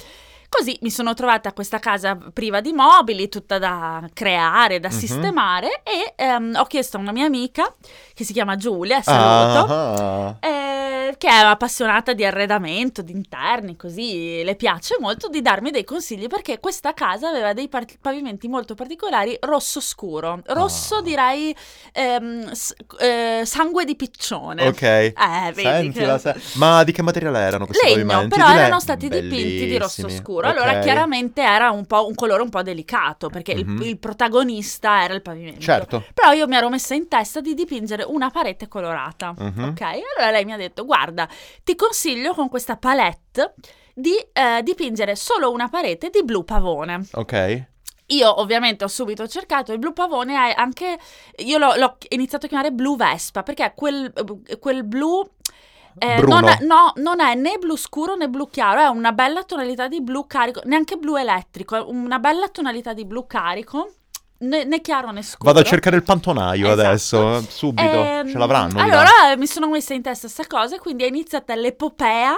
[SPEAKER 1] Così mi sono trovata a questa casa priva di mobili, tutta da creare, da
[SPEAKER 2] Mhm.
[SPEAKER 1] sistemare e ehm, ho chiesto a una mia amica che si chiama Giulia, saluto.
[SPEAKER 2] Ah,
[SPEAKER 1] eh, che è appassionata di arredamento, di interni, così le piace molto di darmi dei consigli perché questa casa aveva dei par- pavimenti molto particolari rosso scuro, rosso
[SPEAKER 2] Ah.
[SPEAKER 1] direi ehm, s- eh, sangue di piccione.
[SPEAKER 2] ok.
[SPEAKER 1] Eh, vedi
[SPEAKER 2] Senti
[SPEAKER 1] che-
[SPEAKER 2] la se- Ma di che materiale erano questi
[SPEAKER 1] Legno,
[SPEAKER 2] pavimenti?
[SPEAKER 1] però
[SPEAKER 2] Di le-
[SPEAKER 1] erano stati dipinti di rosso
[SPEAKER 2] Bellissimi,
[SPEAKER 1] scuro. Allora,
[SPEAKER 2] ok.
[SPEAKER 1] chiaramente era un, po' un colore un po' delicato, perché il-
[SPEAKER 2] Mhm.
[SPEAKER 1] il, protagonista era il pavimento.
[SPEAKER 2] Certo.
[SPEAKER 1] Però io mi ero messa in testa di dipingere una parete colorata.
[SPEAKER 2] Mhm.
[SPEAKER 1] Ok? Allora lei mi ha detto: Guarda, ti consiglio con questa palette di eh, dipingere solo una parete di blu pavone.
[SPEAKER 2] Ok.
[SPEAKER 1] Io ovviamente ho subito cercato il blu pavone è anche io l'ho, l'ho iniziato a chiamare blu Vespa perché è quel, quel blu eh,
[SPEAKER 2] Bruno.
[SPEAKER 1] non è, no, non è né blu scuro né blu chiaro, è una bella tonalità di blu carico, neanche blu elettrico, è una bella tonalità di blu carico, né, né chiaro né scuro.
[SPEAKER 2] Vado a cercare il pantonaio
[SPEAKER 1] Esatto.
[SPEAKER 2] adesso, eh, subito.
[SPEAKER 1] Ehm,
[SPEAKER 2] Ce l'avranno? là?
[SPEAKER 1] Allora eh, mi sono messa in testa questa cosa e quindi è iniziata l'epopea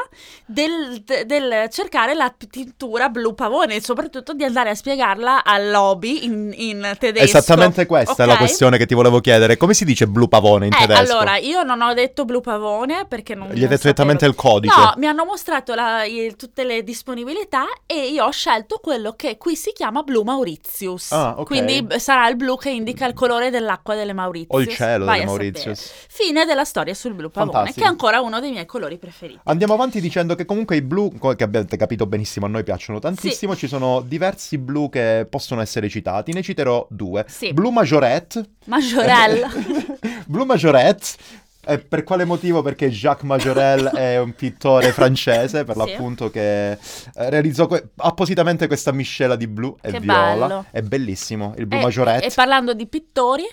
[SPEAKER 1] del, de- del cercare la pittura blu pavone e soprattutto di andare a spiegarla al lobby in, in tedesco.
[SPEAKER 2] Esattamente questa è la
[SPEAKER 1] Ok?
[SPEAKER 2] questione che ti volevo chiedere. Come si dice blu pavone in
[SPEAKER 1] Eh,
[SPEAKER 2] tedesco?
[SPEAKER 1] allora, io non ho detto blu pavone perché non
[SPEAKER 2] Gli hai
[SPEAKER 1] non
[SPEAKER 2] detto direttamente
[SPEAKER 1] sapevo.
[SPEAKER 2] il codice.
[SPEAKER 1] No, mi hanno mostrato la- i- tutte le disponibilità e io ho scelto quello che qui si chiama blu Mauritius.
[SPEAKER 2] Ah, ok.
[SPEAKER 1] Quindi b- sarà il blu che indica il colore dell'acqua delle Mauritius.
[SPEAKER 2] o Oh, il cielo
[SPEAKER 1] Vai
[SPEAKER 2] delle
[SPEAKER 1] a
[SPEAKER 2] Mauritius.
[SPEAKER 1] sapere. Fine della storia sul blu pavone,
[SPEAKER 2] Fantastico.
[SPEAKER 1] che è ancora uno dei miei colori preferiti.
[SPEAKER 2] Andiamo avanti dicendo che comunque i blu, co- che abbiate capito benissimo, a noi piacciono tantissimo. Ci sono diversi blu che possono essere citati. Ne citerò due.
[SPEAKER 1] Sì.
[SPEAKER 2] Blu Majorette.
[SPEAKER 1] Maggiorella.
[SPEAKER 2] [laughs] blu Majorette. E per quale motivo? Perché
[SPEAKER 1] [laughs]
[SPEAKER 2] Jacques Majorel è un pittore francese, per
[SPEAKER 1] Sì.
[SPEAKER 2] l'appunto, che eh, realizzò que- appositamente questa miscela di blu e
[SPEAKER 1] Che
[SPEAKER 2] viola.
[SPEAKER 1] bello.
[SPEAKER 2] È bellissimo il blu
[SPEAKER 1] e,
[SPEAKER 2] Majorette.
[SPEAKER 1] Eh, e parlando di pittori,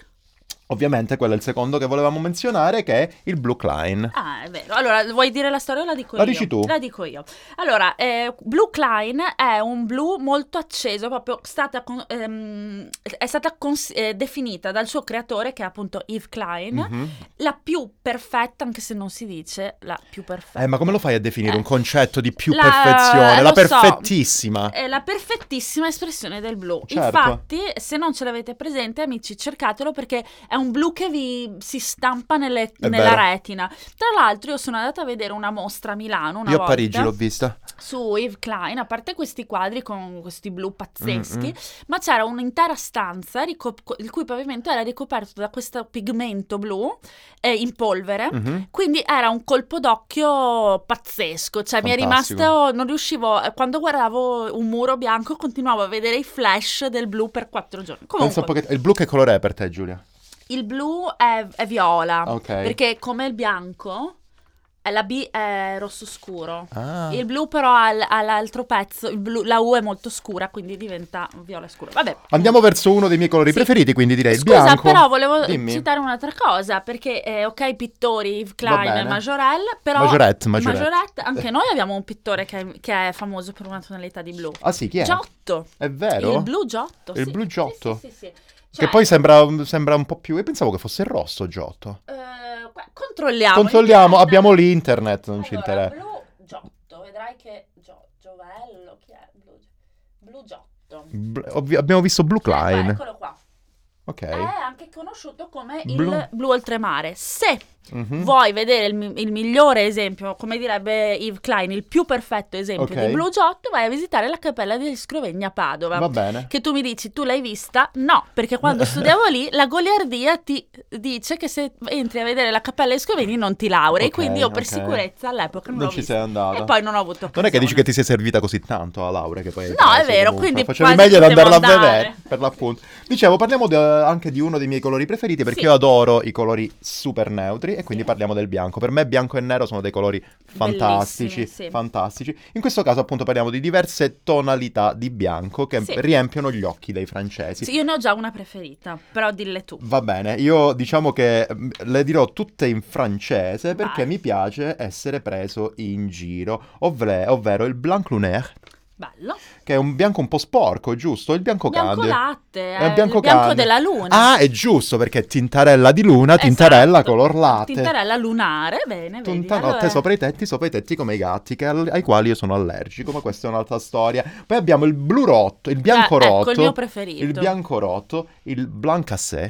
[SPEAKER 2] Ovviamente quello è il secondo che volevamo menzionare, che è il Blue Klein.
[SPEAKER 1] ah, è vero. Allora, vuoi dire la storia o la dico
[SPEAKER 2] La
[SPEAKER 1] io?
[SPEAKER 2] dici tu.
[SPEAKER 1] La dico io. Allora, eh, Blue Klein è un blu molto acceso, proprio stata con- ehm, è stata cons- eh, definita dal suo creatore, che è appunto Yves Klein,
[SPEAKER 2] Mhm.
[SPEAKER 1] la più perfetta, anche se non si dice la più perfetta.
[SPEAKER 2] Eh, ma come lo fai a definire
[SPEAKER 1] Eh.
[SPEAKER 2] un concetto di più
[SPEAKER 1] La-
[SPEAKER 2] perfezione?
[SPEAKER 1] eh,
[SPEAKER 2] La
[SPEAKER 1] lo so.
[SPEAKER 2] perfettissima.
[SPEAKER 1] È la perfettissima espressione del blu.
[SPEAKER 2] Certo.
[SPEAKER 1] Infatti, se non ce l'avete presente, amici, cercatelo perché è un blu che vi si stampa nelle-
[SPEAKER 2] È
[SPEAKER 1] nella
[SPEAKER 2] vero.
[SPEAKER 1] retina. Tra l'altro, io sono andata a vedere una mostra a Milano una
[SPEAKER 2] Io a
[SPEAKER 1] volta
[SPEAKER 2] Parigi l'ho vista.
[SPEAKER 1] su Yves Klein, a parte questi quadri con questi blu pazzeschi,
[SPEAKER 2] Mm, mm.
[SPEAKER 1] ma c'era un'intera stanza ricop- il cui pavimento era ricoperto da questo pigmento blu eh, in polvere.
[SPEAKER 2] Mhm.
[SPEAKER 1] Quindi era un colpo d'occhio pazzesco, cioè mi è
[SPEAKER 2] Fantastico.
[SPEAKER 1] rimasto, non riuscivo, eh, quando guardavo un muro bianco continuavo a vedere i flash del blu per quattro giorni.
[SPEAKER 2] Pensa
[SPEAKER 1] Comunque,
[SPEAKER 2] un po' che... Il blu che colore è per te, Giulia?
[SPEAKER 1] il blu è, è viola,
[SPEAKER 2] Ah, Ok.
[SPEAKER 1] perché come il bianco, eh, la B è rosso scuro.
[SPEAKER 2] Ah.
[SPEAKER 1] Il blu però ha, l- ha l'altro pezzo, il blu- la U è molto scura, quindi diventa viola scuro. Vabbè.
[SPEAKER 2] Andiamo verso uno dei miei colori
[SPEAKER 1] Sì.
[SPEAKER 2] preferiti, quindi direi il
[SPEAKER 1] Scusa,
[SPEAKER 2] bianco.
[SPEAKER 1] però volevo
[SPEAKER 2] Dimmi.
[SPEAKER 1] citare un'altra cosa, perché eh, ok, pittori, Yves
[SPEAKER 2] Va
[SPEAKER 1] Klein e
[SPEAKER 2] bene.
[SPEAKER 1] Majorel, però
[SPEAKER 2] Majorette, Majorette.
[SPEAKER 1] Majorette,
[SPEAKER 2] [laughs]
[SPEAKER 1] anche noi abbiamo un pittore che, che è famoso per una tonalità di blu.
[SPEAKER 2] Ah sì, chi è?
[SPEAKER 1] Giotto.
[SPEAKER 2] È vero?
[SPEAKER 1] Il blu Giotto.
[SPEAKER 2] Il
[SPEAKER 1] sì.
[SPEAKER 2] blu Giotto.
[SPEAKER 1] Sì, sì, sì, sì. Cioè,
[SPEAKER 2] Che poi sembra, sembra un po' più... Io pensavo che fosse il rosso Giotto.
[SPEAKER 1] eh, qua- controlliamo.
[SPEAKER 2] Controlliamo, abbiamo l'internet, non ci
[SPEAKER 1] eh, Allora,
[SPEAKER 2] interessa.
[SPEAKER 1] blu Giotto, vedrai che Gio- Giovello, chi è? Blu, Blu Giotto.
[SPEAKER 2] Bl- ovvi- abbiamo visto Blue
[SPEAKER 1] Eh, qua,
[SPEAKER 2] Klein.
[SPEAKER 1] eccolo qua.
[SPEAKER 2] Ok.
[SPEAKER 1] È anche conosciuto come
[SPEAKER 2] Blu.
[SPEAKER 1] il blu oltremare. Se
[SPEAKER 2] Mhm.
[SPEAKER 1] vuoi vedere il, mi- il migliore esempio, come direbbe Yves Klein, il più perfetto esempio
[SPEAKER 2] Ok.
[SPEAKER 1] di blu giotto, vai a visitare la cappella degli Scrovegni a Padova.
[SPEAKER 2] Va bene.
[SPEAKER 1] Che tu mi dici, tu l'hai vista? No, perché
[SPEAKER 2] [laughs]
[SPEAKER 1] quando studiavo lì la goliardia ti dice che se entri a vedere la cappella degli Scrovegni non ti laurei,
[SPEAKER 2] Ok,
[SPEAKER 1] quindi io per
[SPEAKER 2] ok.
[SPEAKER 1] sicurezza all'epoca non,
[SPEAKER 2] Non
[SPEAKER 1] l'ho
[SPEAKER 2] ci
[SPEAKER 1] vista.
[SPEAKER 2] sei andata.
[SPEAKER 1] E poi non ho avuto
[SPEAKER 2] Non è che dici
[SPEAKER 1] occasione.
[SPEAKER 2] che ti sei servita così tanto a Laura che poi... hai
[SPEAKER 1] No,
[SPEAKER 2] preso
[SPEAKER 1] è vero,
[SPEAKER 2] comunque.
[SPEAKER 1] quindi
[SPEAKER 2] Facevi
[SPEAKER 1] quasi
[SPEAKER 2] meglio ad
[SPEAKER 1] potevo
[SPEAKER 2] andarla a
[SPEAKER 1] andare.
[SPEAKER 2] vedere, per l'appunto. Dicevo, parliamo de- anche di uno dei miei colori preferiti, perché
[SPEAKER 1] Sì.
[SPEAKER 2] io adoro i colori super neutri. colori e quindi parliamo del bianco. Per me bianco e nero sono dei colori fantastici,
[SPEAKER 1] Bellissimi, sì.
[SPEAKER 2] fantastici. In questo caso appunto parliamo di diverse tonalità di bianco che
[SPEAKER 1] Sì.
[SPEAKER 2] riempiono gli occhi dei francesi.
[SPEAKER 1] Sì, io ne ho già una preferita, però dille tu.
[SPEAKER 2] Va bene, io diciamo che mm, le dirò tutte in francese perché
[SPEAKER 1] Vai.
[SPEAKER 2] mi piace essere preso in giro, ovvre- ovvero il blanc lunaire,
[SPEAKER 1] Bello.
[SPEAKER 2] che è un bianco un po' sporco, giusto? Il bianco
[SPEAKER 1] Bianco
[SPEAKER 2] candio.
[SPEAKER 1] latte,
[SPEAKER 2] È
[SPEAKER 1] eh,
[SPEAKER 2] bianco
[SPEAKER 1] il bianco
[SPEAKER 2] canne.
[SPEAKER 1] della luna.
[SPEAKER 2] Ah, è giusto perché tintarella di luna,
[SPEAKER 1] Esatto.
[SPEAKER 2] tintarella color latte.
[SPEAKER 1] Tintarella lunare, bene, vedi.
[SPEAKER 2] Tuntanotte
[SPEAKER 1] allora-
[SPEAKER 2] sopra i tetti, sopra i tetti come i gatti, che al- ai quali io sono allergico, ma questa è un'altra storia. Poi abbiamo il blu rotto, il bianco
[SPEAKER 1] Eh,
[SPEAKER 2] rotto,
[SPEAKER 1] Ecco, il mio preferito.
[SPEAKER 2] il bianco rotto, il blanc à sé,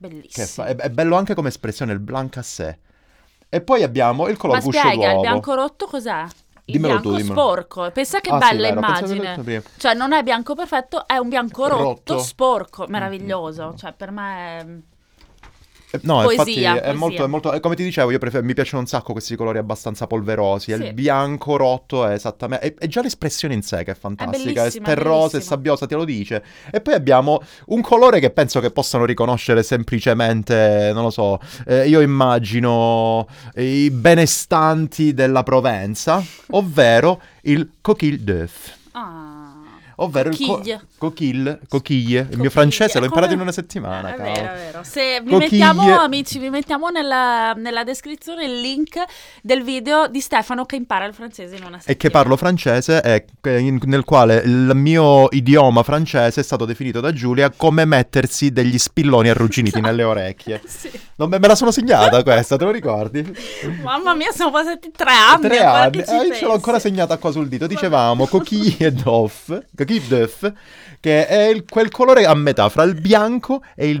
[SPEAKER 2] che
[SPEAKER 1] Bellissimo.
[SPEAKER 2] fa- è, è bello anche come espressione, il blanc à sé. E poi abbiamo il color
[SPEAKER 1] Ma
[SPEAKER 2] guscio
[SPEAKER 1] spiega,
[SPEAKER 2] d'uovo.
[SPEAKER 1] il bianco rotto cos'è? Il
[SPEAKER 2] Dimmelo tu,
[SPEAKER 1] bianco
[SPEAKER 2] dimmelo.
[SPEAKER 1] sporco. Pensa che
[SPEAKER 2] Ah, sì,
[SPEAKER 1] bella
[SPEAKER 2] vero, pensavo che
[SPEAKER 1] immagine.
[SPEAKER 2] l'ho detto prima.
[SPEAKER 1] Cioè, non è bianco perfetto, è un bianco rotto,
[SPEAKER 2] Rotto. Mm,
[SPEAKER 1] sporco. Meraviglioso. Cioè, per me è...
[SPEAKER 2] Eh, No,
[SPEAKER 1] Poesia,
[SPEAKER 2] infatti è
[SPEAKER 1] poesia.
[SPEAKER 2] molto, è molto- eh, come ti dicevo, io prefer- mi piacciono un sacco questi colori abbastanza polverosi. e
[SPEAKER 1] Sì.
[SPEAKER 2] Il bianco rotto è esattamente. È, è già l'espressione in sé che è fantastica. È
[SPEAKER 1] bellissima, è
[SPEAKER 2] sterrosa e
[SPEAKER 1] bellissima.
[SPEAKER 2] sabbiosa, te lo dice. E poi abbiamo un colore che penso che possano riconoscere semplicemente. Non lo so. eh, io immagino i benestanti
[SPEAKER 1] [laughs]
[SPEAKER 2] della Provenza, ovvero il coquille d'œuf.
[SPEAKER 1] Ah.
[SPEAKER 2] Ovvero il
[SPEAKER 1] Coquille.
[SPEAKER 2] co- coquille, coquille. Il mio
[SPEAKER 1] Coquille.
[SPEAKER 2] francese
[SPEAKER 1] Come-
[SPEAKER 2] l'ho imparato in una
[SPEAKER 1] Eh,
[SPEAKER 2] settimana.
[SPEAKER 1] è
[SPEAKER 2] cavolo.
[SPEAKER 1] vero, è vero. Se vi
[SPEAKER 2] Coquille.
[SPEAKER 1] mettiamo, amici, vi mettiamo nella, nella descrizione il link del video di Stefano che impara il francese in una settimana.
[SPEAKER 2] E che parlo francese, eh, che- in- nel quale il mio idioma francese è stato definito da Giulia come mettersi degli
[SPEAKER 1] [laughs]
[SPEAKER 2] spilloni arrugginiti nelle orecchie.
[SPEAKER 1] Sì.
[SPEAKER 2] Non me, me la sono segnata questa, te lo ricordi?
[SPEAKER 1] Mamma mia, sono passati tre anni.
[SPEAKER 2] Tre
[SPEAKER 1] ancora
[SPEAKER 2] anni,
[SPEAKER 1] Ah, che ci
[SPEAKER 2] eh, io ce l'ho
[SPEAKER 1] pensi.
[SPEAKER 2] ancora segnata qua sul dito. Dicevamo coquille e doff, coquille d'œuf, che è il- quel colore a metà fra il bianco e il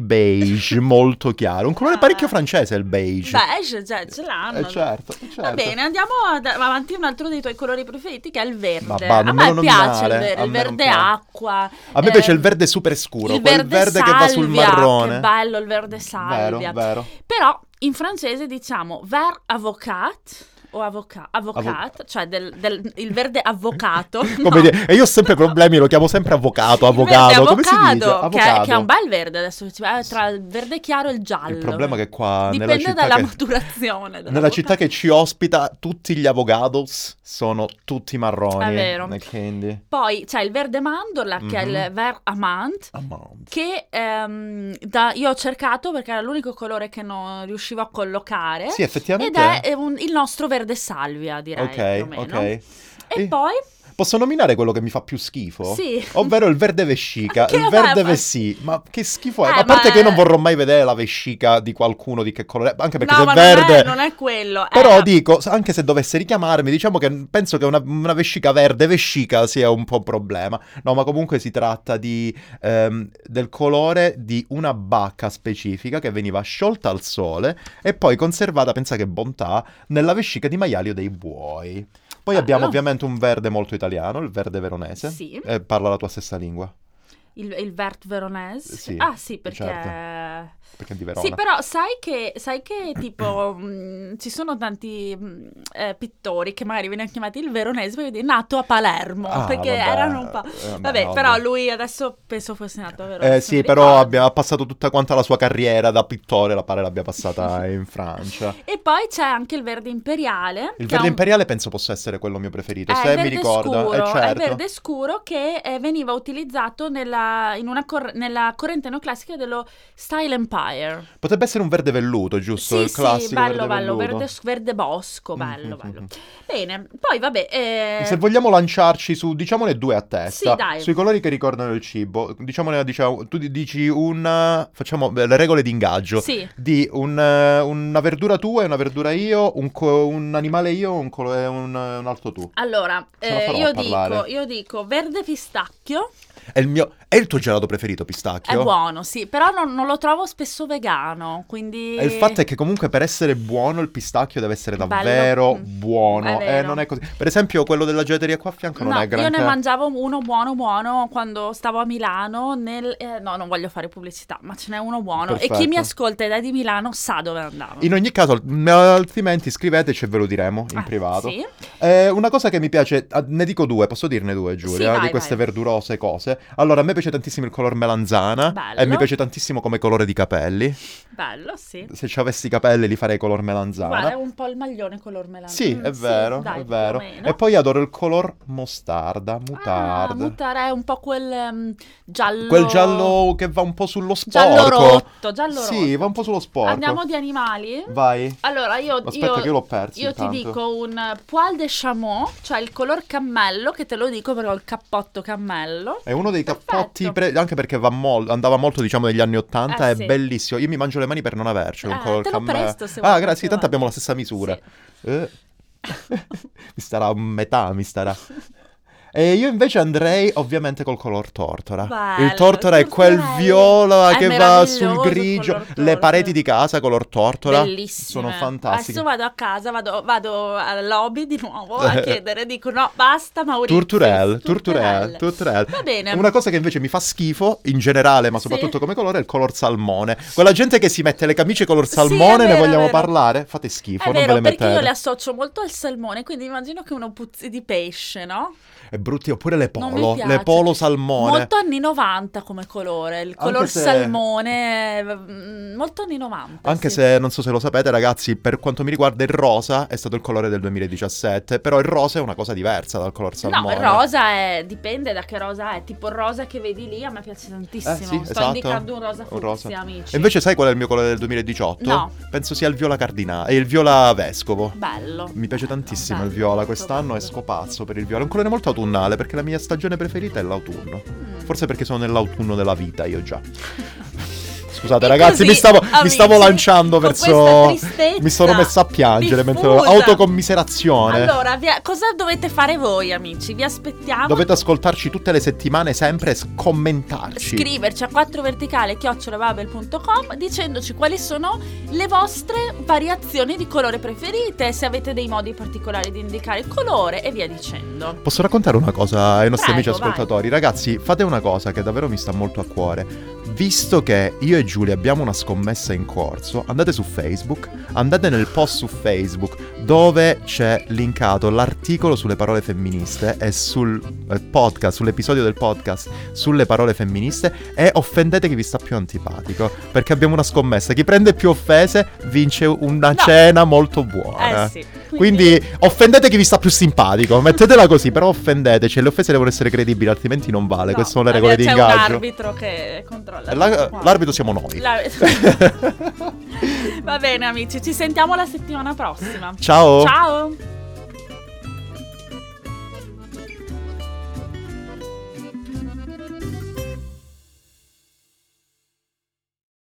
[SPEAKER 1] [laughs]
[SPEAKER 2] beige, molto chiaro. Un colore parecchio francese il beige.
[SPEAKER 1] Beige, cioè, Ah. ce l'hanno.
[SPEAKER 2] Eh, certo, certo.
[SPEAKER 1] Va bene, andiamo ad- avanti un altro dei tuoi colori preferiti che è il verde.
[SPEAKER 2] Ma va,
[SPEAKER 1] a
[SPEAKER 2] non me
[SPEAKER 1] me
[SPEAKER 2] lo
[SPEAKER 1] piace il
[SPEAKER 2] nominare,
[SPEAKER 1] verde,
[SPEAKER 2] a
[SPEAKER 1] il
[SPEAKER 2] me non
[SPEAKER 1] verde
[SPEAKER 2] piace.
[SPEAKER 1] acqua.
[SPEAKER 2] A me piace
[SPEAKER 1] ehm,
[SPEAKER 2] il verde super scuro,
[SPEAKER 1] il
[SPEAKER 2] quel verde
[SPEAKER 1] salvia,
[SPEAKER 2] che va sul marrone.
[SPEAKER 1] Che bello il verde
[SPEAKER 2] Vero,
[SPEAKER 1] salvia.
[SPEAKER 2] vero.
[SPEAKER 1] Però in francese diciamo ver avocat o avocat, avocat cioè del, del- il verde avvocato.
[SPEAKER 2] [laughs] Come
[SPEAKER 1] no.
[SPEAKER 2] dire- e io ho sempre problemi, lo chiamo sempre avvocato,
[SPEAKER 1] Il verde
[SPEAKER 2] avvocato, come si dice?
[SPEAKER 1] avocado, che è- Che,
[SPEAKER 2] Avvocato.
[SPEAKER 1] è, un bel verde adesso, ci- eh, tra il verde chiaro e il giallo.
[SPEAKER 2] Il problema è che qua nella
[SPEAKER 1] Dipende
[SPEAKER 2] città
[SPEAKER 1] dalla
[SPEAKER 2] che-
[SPEAKER 1] maturazione.
[SPEAKER 2] Nella
[SPEAKER 1] dell'avvocato.
[SPEAKER 2] città che ci ospita tutti gli avocados sono tutti marroni.
[SPEAKER 1] È vero.
[SPEAKER 2] E quindi...
[SPEAKER 1] Poi c'è il verde mandorla, che è il
[SPEAKER 2] Mhm.
[SPEAKER 1] ver amant,
[SPEAKER 2] Amante.
[SPEAKER 1] che ehm, da- io ho cercato perché era l'unico colore che non riuscivo a collocare.
[SPEAKER 2] Sì,
[SPEAKER 1] Ed
[SPEAKER 2] effettivamente.
[SPEAKER 1] è eh, un- il nostro verde salvia, direi. più o
[SPEAKER 2] Ok,
[SPEAKER 1] meno.
[SPEAKER 2] ok.
[SPEAKER 1] E
[SPEAKER 2] Eh,
[SPEAKER 1] poi,
[SPEAKER 2] Posso nominare quello che mi fa più schifo?
[SPEAKER 1] sì, [laughs]
[SPEAKER 2] Ovvero il verde vescica,
[SPEAKER 1] Che
[SPEAKER 2] il verde
[SPEAKER 1] vabbè.
[SPEAKER 2] vessi, ma che schifo è?
[SPEAKER 1] Eh,
[SPEAKER 2] a parte
[SPEAKER 1] ma-
[SPEAKER 2] che io non vorrò mai vedere la vescica di qualcuno di che colore, anche perché
[SPEAKER 1] no,
[SPEAKER 2] se
[SPEAKER 1] ma
[SPEAKER 2] è
[SPEAKER 1] non è-
[SPEAKER 2] verde
[SPEAKER 1] non, è, quello.
[SPEAKER 2] Però
[SPEAKER 1] eh,
[SPEAKER 2] dico, se- anche se dovesse richiamarmi, diciamo che penso che una, una vescica verde vescica sia un po' un problema. No, ma comunque si tratta di, ehm, del colore di una bacca specifica che veniva sciolta al sole e poi conservata, pensa che bontà, nella vescica di maiali o dei buoi. Poi abbiamo
[SPEAKER 1] Bello.
[SPEAKER 2] ovviamente un verde molto italiano, il verde veronese.
[SPEAKER 1] Sì.
[SPEAKER 2] Eh, parla la tua stessa lingua,
[SPEAKER 1] il, il vert veronese.
[SPEAKER 2] Eh, Sì, certo.
[SPEAKER 1] ah, sì, perché...
[SPEAKER 2] perché è di Verona.
[SPEAKER 1] Sì, però sai che, sai che
[SPEAKER 2] [clears throat]
[SPEAKER 1] tipo mh, ci sono tanti mh, eh, pittori che magari vengono chiamati il veronese perché è nato a Palermo,
[SPEAKER 2] Ah,
[SPEAKER 1] perché
[SPEAKER 2] vabbè,
[SPEAKER 1] erano un po'...
[SPEAKER 2] eh, vabbè,
[SPEAKER 1] Vabbè,
[SPEAKER 2] ovvio.
[SPEAKER 1] però lui adesso penso fosse nato a Verona.
[SPEAKER 2] Eh
[SPEAKER 1] se non
[SPEAKER 2] sì, però
[SPEAKER 1] ricordo.
[SPEAKER 2] abbia- ha passato tutta quanta la sua carriera da pittore, la pare
[SPEAKER 1] [laughs]
[SPEAKER 2] l'abbia passata in Francia.
[SPEAKER 1] E poi c'è anche il verde imperiale. che
[SPEAKER 2] Il
[SPEAKER 1] è
[SPEAKER 2] verde
[SPEAKER 1] un-
[SPEAKER 2] imperiale penso possa essere quello mio preferito,
[SPEAKER 1] è
[SPEAKER 2] se mi
[SPEAKER 1] verde
[SPEAKER 2] ricorda.
[SPEAKER 1] scuro,
[SPEAKER 2] eh, certo.
[SPEAKER 1] È verde scuro che eh, veniva utilizzato nella, in una cor- nella corrente neoclassica dello Style Empire.
[SPEAKER 2] Potrebbe essere un verde velluto, giusto?
[SPEAKER 1] Sì,
[SPEAKER 2] Il
[SPEAKER 1] sì,
[SPEAKER 2] classico
[SPEAKER 1] bello,
[SPEAKER 2] verde
[SPEAKER 1] bello,
[SPEAKER 2] velluto.
[SPEAKER 1] verde, verde bosco, bello,
[SPEAKER 2] Mhm,
[SPEAKER 1] bello.
[SPEAKER 2] mhm.
[SPEAKER 1] Bene, poi vabbè... eh,
[SPEAKER 2] Se vogliamo lanciarci su, diciamone due a testa,
[SPEAKER 1] Sì, dai.
[SPEAKER 2] sui colori che ricordano il cibo, diciamone, diciamo, tu di- dici un, facciamo beh, le regole di ingaggio,
[SPEAKER 1] Sì,
[SPEAKER 2] di un, eh, una verdura tua e una verdura io, un, co- un animale io un colo- e un, eh, un altro tu.
[SPEAKER 1] allora,
[SPEAKER 2] Ce la
[SPEAKER 1] eh,
[SPEAKER 2] farò a
[SPEAKER 1] io,
[SPEAKER 2] parlare.
[SPEAKER 1] dico, io dico verde pistacchio,
[SPEAKER 2] È il, mio, è il tuo gelato preferito, pistacchio?
[SPEAKER 1] è buono, sì, però non, non lo trovo spesso vegano, quindi...
[SPEAKER 2] E Eh, il fatto è che comunque per essere buono il pistacchio deve essere
[SPEAKER 1] Bello.
[SPEAKER 2] davvero
[SPEAKER 1] Mm.
[SPEAKER 2] buono.
[SPEAKER 1] È vero.
[SPEAKER 2] Eh, non è così. Per esempio, quello della gelateria qua a fianco non
[SPEAKER 1] No,
[SPEAKER 2] è
[SPEAKER 1] io
[SPEAKER 2] granché.
[SPEAKER 1] ne mangiavo uno buono buono quando stavo a Milano nel... eh, no, non voglio fare pubblicità, ma ce n'è uno buono e chi
[SPEAKER 2] Perfetto.
[SPEAKER 1] mi ascolta ed è di Milano sa dove andavo.
[SPEAKER 2] In ogni caso, m- altrimenti scriveteci e ve lo diremo in
[SPEAKER 1] Ah,
[SPEAKER 2] privato.
[SPEAKER 1] Sì.
[SPEAKER 2] Eh, una cosa che mi piace, ah, ne dico due, posso dirne due Giulia,
[SPEAKER 1] vai,
[SPEAKER 2] di queste
[SPEAKER 1] vai.
[SPEAKER 2] verdurose cose. Allora, a me piace tantissimo il color melanzana
[SPEAKER 1] Bello.
[SPEAKER 2] e mi piace tantissimo come colore di capelli.
[SPEAKER 1] Bello, sì.
[SPEAKER 2] Se ci avessi i capelli li farei color melanzana.
[SPEAKER 1] Guarda, è un po' il maglione color melano.
[SPEAKER 2] Sì,
[SPEAKER 1] Mm,
[SPEAKER 2] è vero,
[SPEAKER 1] dai,
[SPEAKER 2] è
[SPEAKER 1] più
[SPEAKER 2] vero.
[SPEAKER 1] o meno.
[SPEAKER 2] E poi adoro il color mostarda,
[SPEAKER 1] Ah,
[SPEAKER 2] mutarda.
[SPEAKER 1] mutare è un po' quel ehm, giallo...
[SPEAKER 2] Quel giallo che va un po' sullo sporco.
[SPEAKER 1] Giallo rotto, giallo
[SPEAKER 2] Sì,
[SPEAKER 1] rotto.
[SPEAKER 2] va un po' sullo sporco.
[SPEAKER 1] Andiamo di animali?
[SPEAKER 2] Vai.
[SPEAKER 1] Allora, io,
[SPEAKER 2] Aspetta
[SPEAKER 1] io-
[SPEAKER 2] che io l'ho perso
[SPEAKER 1] io ti
[SPEAKER 2] intanto.
[SPEAKER 1] dico un eh, poil de chameau, cioè il color cammello, che te lo dico perché ho il cappotto cammello.
[SPEAKER 2] È uno dei
[SPEAKER 1] Perfetto.
[SPEAKER 2] cappotti, pre- anche perché va mol- andava molto, diciamo, negli anni Ottanta,
[SPEAKER 1] Eh,
[SPEAKER 2] è
[SPEAKER 1] sì.
[SPEAKER 2] bellissimo. Io mi mangio le mani per non avercelo.
[SPEAKER 1] Eh,
[SPEAKER 2] un color
[SPEAKER 1] te lo
[SPEAKER 2] cammello.
[SPEAKER 1] presto se vuoi
[SPEAKER 2] Ah,
[SPEAKER 1] qualche
[SPEAKER 2] grazie, tanto
[SPEAKER 1] volta.
[SPEAKER 2] abbiamo la stessa misura.
[SPEAKER 1] Sì.
[SPEAKER 2] Eh. [laughs] mi starà a metà, mi starà. E io invece andrei ovviamente col color tortora.
[SPEAKER 1] Bello,
[SPEAKER 2] il tortora è
[SPEAKER 1] il
[SPEAKER 2] quel
[SPEAKER 1] tortorello.
[SPEAKER 2] viola
[SPEAKER 1] È
[SPEAKER 2] che va
[SPEAKER 1] meraviglioso
[SPEAKER 2] sul
[SPEAKER 1] il
[SPEAKER 2] grigio.
[SPEAKER 1] color
[SPEAKER 2] Le
[SPEAKER 1] tortora.
[SPEAKER 2] pareti di casa color tortora
[SPEAKER 1] Bellissime. Ah,
[SPEAKER 2] sono fantastiche.
[SPEAKER 1] Adesso vado a casa, vado, vado al lobby di nuovo
[SPEAKER 2] [laughs]
[SPEAKER 1] a chiedere, dico no, basta Maurizio.
[SPEAKER 2] Turturel, turturel, turturel.
[SPEAKER 1] Va bene.
[SPEAKER 2] Una cosa che invece mi fa schifo in generale, ma
[SPEAKER 1] Sì.
[SPEAKER 2] soprattutto come colore, è il color salmone. Quella gente che si mette le camicie color
[SPEAKER 1] Sì,
[SPEAKER 2] salmone,
[SPEAKER 1] è
[SPEAKER 2] ne
[SPEAKER 1] vero,
[SPEAKER 2] vogliamo
[SPEAKER 1] è vero.
[SPEAKER 2] parlare? Fate schifo,
[SPEAKER 1] È
[SPEAKER 2] non ve
[SPEAKER 1] vero,
[SPEAKER 2] le
[SPEAKER 1] perché
[SPEAKER 2] mettete.
[SPEAKER 1] io le associo molto al salmone, quindi immagino che uno puzzi di pesce, no?
[SPEAKER 2] È brutti, oppure le
[SPEAKER 1] Non mi
[SPEAKER 2] polo,
[SPEAKER 1] piace.
[SPEAKER 2] le polo salmone.
[SPEAKER 1] Molto anni 90 come colore, il color
[SPEAKER 2] se-
[SPEAKER 1] salmone, mm, molto anni 90.
[SPEAKER 2] Anche
[SPEAKER 1] sì.
[SPEAKER 2] se non so se lo sapete, ragazzi, per quanto mi riguarda il rosa è stato il colore del 2017, però il rosa è una cosa diversa dal color salmone.
[SPEAKER 1] No, il rosa è, dipende da che rosa è, tipo il rosa che vedi lì a me piace tantissimo,
[SPEAKER 2] Eh, sì,
[SPEAKER 1] sto
[SPEAKER 2] esatto.
[SPEAKER 1] indicando un rosa
[SPEAKER 2] Un
[SPEAKER 1] fucsia
[SPEAKER 2] rosa.
[SPEAKER 1] amici.
[SPEAKER 2] E invece sai qual è il mio colore del 2018?
[SPEAKER 1] No.
[SPEAKER 2] Penso sia il viola cardinale, eh, il viola vescovo.
[SPEAKER 1] Bello.
[SPEAKER 2] Mi piace tantissimo
[SPEAKER 1] Bello,
[SPEAKER 2] il viola,
[SPEAKER 1] Ah, molto
[SPEAKER 2] quest'anno
[SPEAKER 1] bello.
[SPEAKER 2] è scopazzo per il viola, è un colore molto autunnale perché la mia stagione preferita è l'autunno.
[SPEAKER 1] Mm.
[SPEAKER 2] Forse perché sono nell'autunno della vita io già. [laughs] Scusate
[SPEAKER 1] E
[SPEAKER 2] ragazzi,
[SPEAKER 1] così,
[SPEAKER 2] mi, stavo, mi
[SPEAKER 1] amici,
[SPEAKER 2] stavo lanciando
[SPEAKER 1] con
[SPEAKER 2] verso...
[SPEAKER 1] questa tristezza
[SPEAKER 2] Mi sono messa a piangere mentre...
[SPEAKER 1] diffusa.
[SPEAKER 2] Autocommiserazione.
[SPEAKER 1] Allora, vi- cosa dovete fare voi amici? Vi aspettiamo.
[SPEAKER 2] Dovete ascoltarci tutte le settimane sempre e s- commentarci.
[SPEAKER 1] scriverci a 4 verticale chiocciolavabel.com dicendoci quali sono le vostre variazioni di colore preferite, se avete dei modi particolari di indicare il colore e via dicendo.
[SPEAKER 2] Posso raccontare una cosa ai nostri
[SPEAKER 1] Prego,
[SPEAKER 2] amici ascoltatori? Ragazzi, fate una cosa che davvero mi sta molto a cuore. Visto che io e Giulia abbiamo una scommessa in corso, andate su Facebook, andate nel post su Facebook dove c'è linkato l'articolo sulle parole femministe e sul eh, podcast, sull'episodio del podcast sulle parole femministe e offendete chi vi sta più antipatico, perché abbiamo una scommessa. Chi prende più offese vince una
[SPEAKER 1] No.
[SPEAKER 2] cena molto buona.
[SPEAKER 1] Eh sì.
[SPEAKER 2] Quindi offendete chi vi sta più simpatico, mettetela così, però offendeteci, le offese devono essere credibili, altrimenti non vale,
[SPEAKER 1] no,
[SPEAKER 2] queste sono le regole di
[SPEAKER 1] c'è un
[SPEAKER 2] ingaggio.
[SPEAKER 1] arbitro che controlla.
[SPEAKER 2] La-
[SPEAKER 1] tutto quanto.
[SPEAKER 2] l'arbitro siamo noi.
[SPEAKER 1] La-
[SPEAKER 2] [laughs]
[SPEAKER 1] [laughs] Va bene amici, ci sentiamo la settimana prossima.
[SPEAKER 2] Ciao.
[SPEAKER 1] Ciao.